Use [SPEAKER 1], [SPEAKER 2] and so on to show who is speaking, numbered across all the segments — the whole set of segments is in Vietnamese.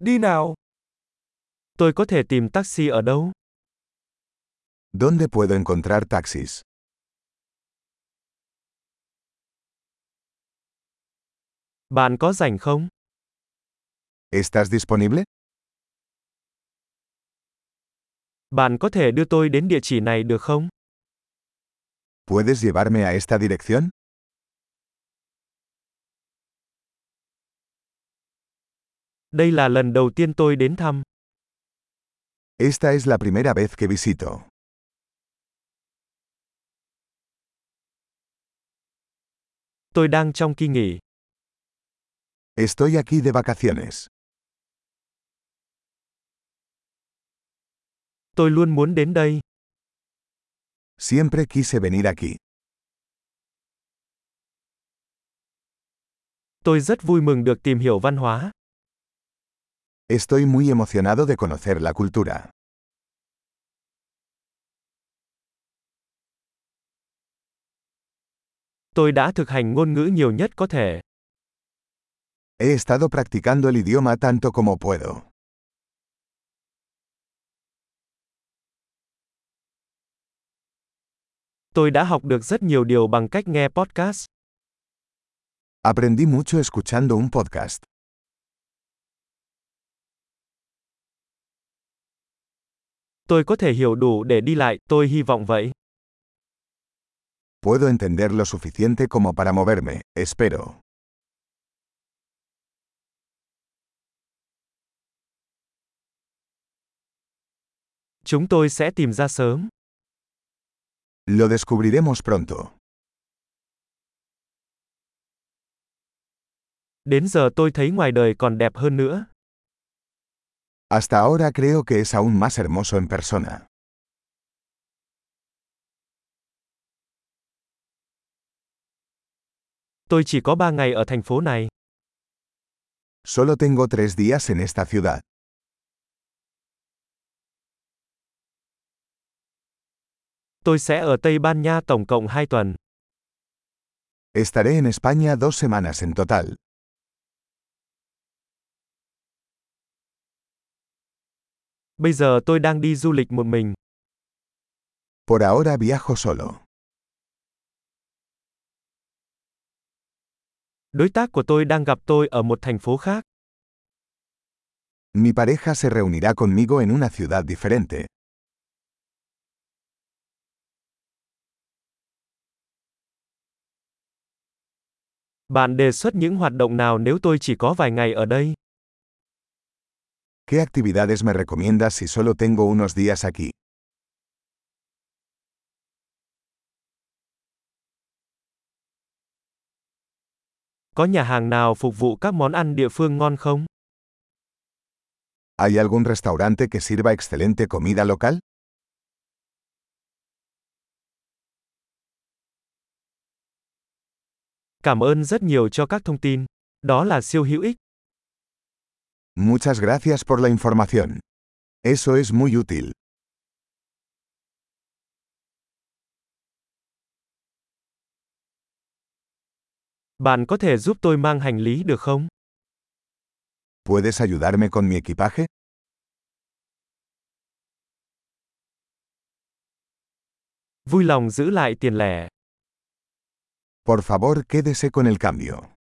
[SPEAKER 1] đi nào. Tôi có thể tìm taxi ở đâu?
[SPEAKER 2] ¿Dónde puedo encontrar taxis?
[SPEAKER 1] Bạn có rảnh không?
[SPEAKER 2] ¿Estás disponible?
[SPEAKER 1] Bạn có thể đưa tôi đến địa chỉ này được không?
[SPEAKER 2] ¿Puedes llevarme a esta dirección?
[SPEAKER 1] Đây là lần đầu tiên tôi đến thăm.
[SPEAKER 2] Esta es la primera vez que visito.
[SPEAKER 1] Tôi đang trong kỳ nghỉ.
[SPEAKER 2] Estoy aquí de vacaciones.
[SPEAKER 1] Tôi luôn muốn đến đây.
[SPEAKER 2] Siempre quise venir aquí.
[SPEAKER 1] Tôi rất vui mừng được tìm hiểu văn hóa.
[SPEAKER 2] Estoy muy emocionado de conocer la cultura.
[SPEAKER 1] Tôi đã thực hành ngôn ngữ nhiều nhất có thể.
[SPEAKER 2] He estado practicando el idioma tanto como puedo.
[SPEAKER 1] Tôi đã học được rất nhiều điều bằng cách nghe podcast.
[SPEAKER 2] Aprendí mucho escuchando un podcast.
[SPEAKER 1] Tôi có thể hiểu đủ để đi lại, tôi hy vọng vậy.
[SPEAKER 2] Puedo entender lo suficiente como para moverme, espero.
[SPEAKER 1] Chúng tôi sẽ tìm ra sớm.
[SPEAKER 2] Lo descubriremos pronto.
[SPEAKER 1] Đến giờ tôi thấy ngoài đời còn đẹp hơn nữa.
[SPEAKER 2] Hasta ahora creo que es aún más hermoso en persona.
[SPEAKER 1] Tôi chỉ có 3 ngày ở thành phố này.
[SPEAKER 2] Solo tengo tres días en esta ciudad.
[SPEAKER 1] Tôi sẽ ở Tây Ban Nha tổng cộng 2 tuần.
[SPEAKER 2] Estaré en España dos semanas en total.
[SPEAKER 1] Bây giờ tôi đang đi du lịch một mình.
[SPEAKER 2] Por ahora viajo solo.
[SPEAKER 1] Đối tác của tôi đang gặp tôi ở một thành phố khác.
[SPEAKER 2] Mi pareja se reunirá conmigo en una ciudad diferente.
[SPEAKER 1] Bạn đề xuất những hoạt động nào nếu tôi chỉ có vài ngày ở đây?
[SPEAKER 2] ¿Qué actividades me recomiendas si solo tengo unos días aquí?
[SPEAKER 1] Có nhà hàng nào phục vụ các món ăn địa phương ngon không?
[SPEAKER 2] ¿Hay algún restaurante que sirva excelente comida local?
[SPEAKER 1] Cảm ơn rất nhiều cho các thông tin. Đó là siêu hữu ích.
[SPEAKER 2] Muchas gracias por la información. Eso es muy útil.
[SPEAKER 1] Bạn có thể giúp tôi mang hành lý được không?
[SPEAKER 2] ¿Puedes ayudarme con mi equipaje?
[SPEAKER 1] Vui lòng giữ lại tiền lẻ.
[SPEAKER 2] Por favor, quédese con el cambio.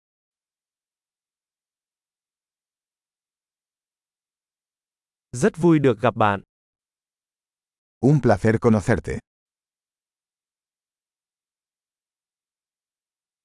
[SPEAKER 1] Rất vui được gặp bạn.
[SPEAKER 2] Un placer conocerte.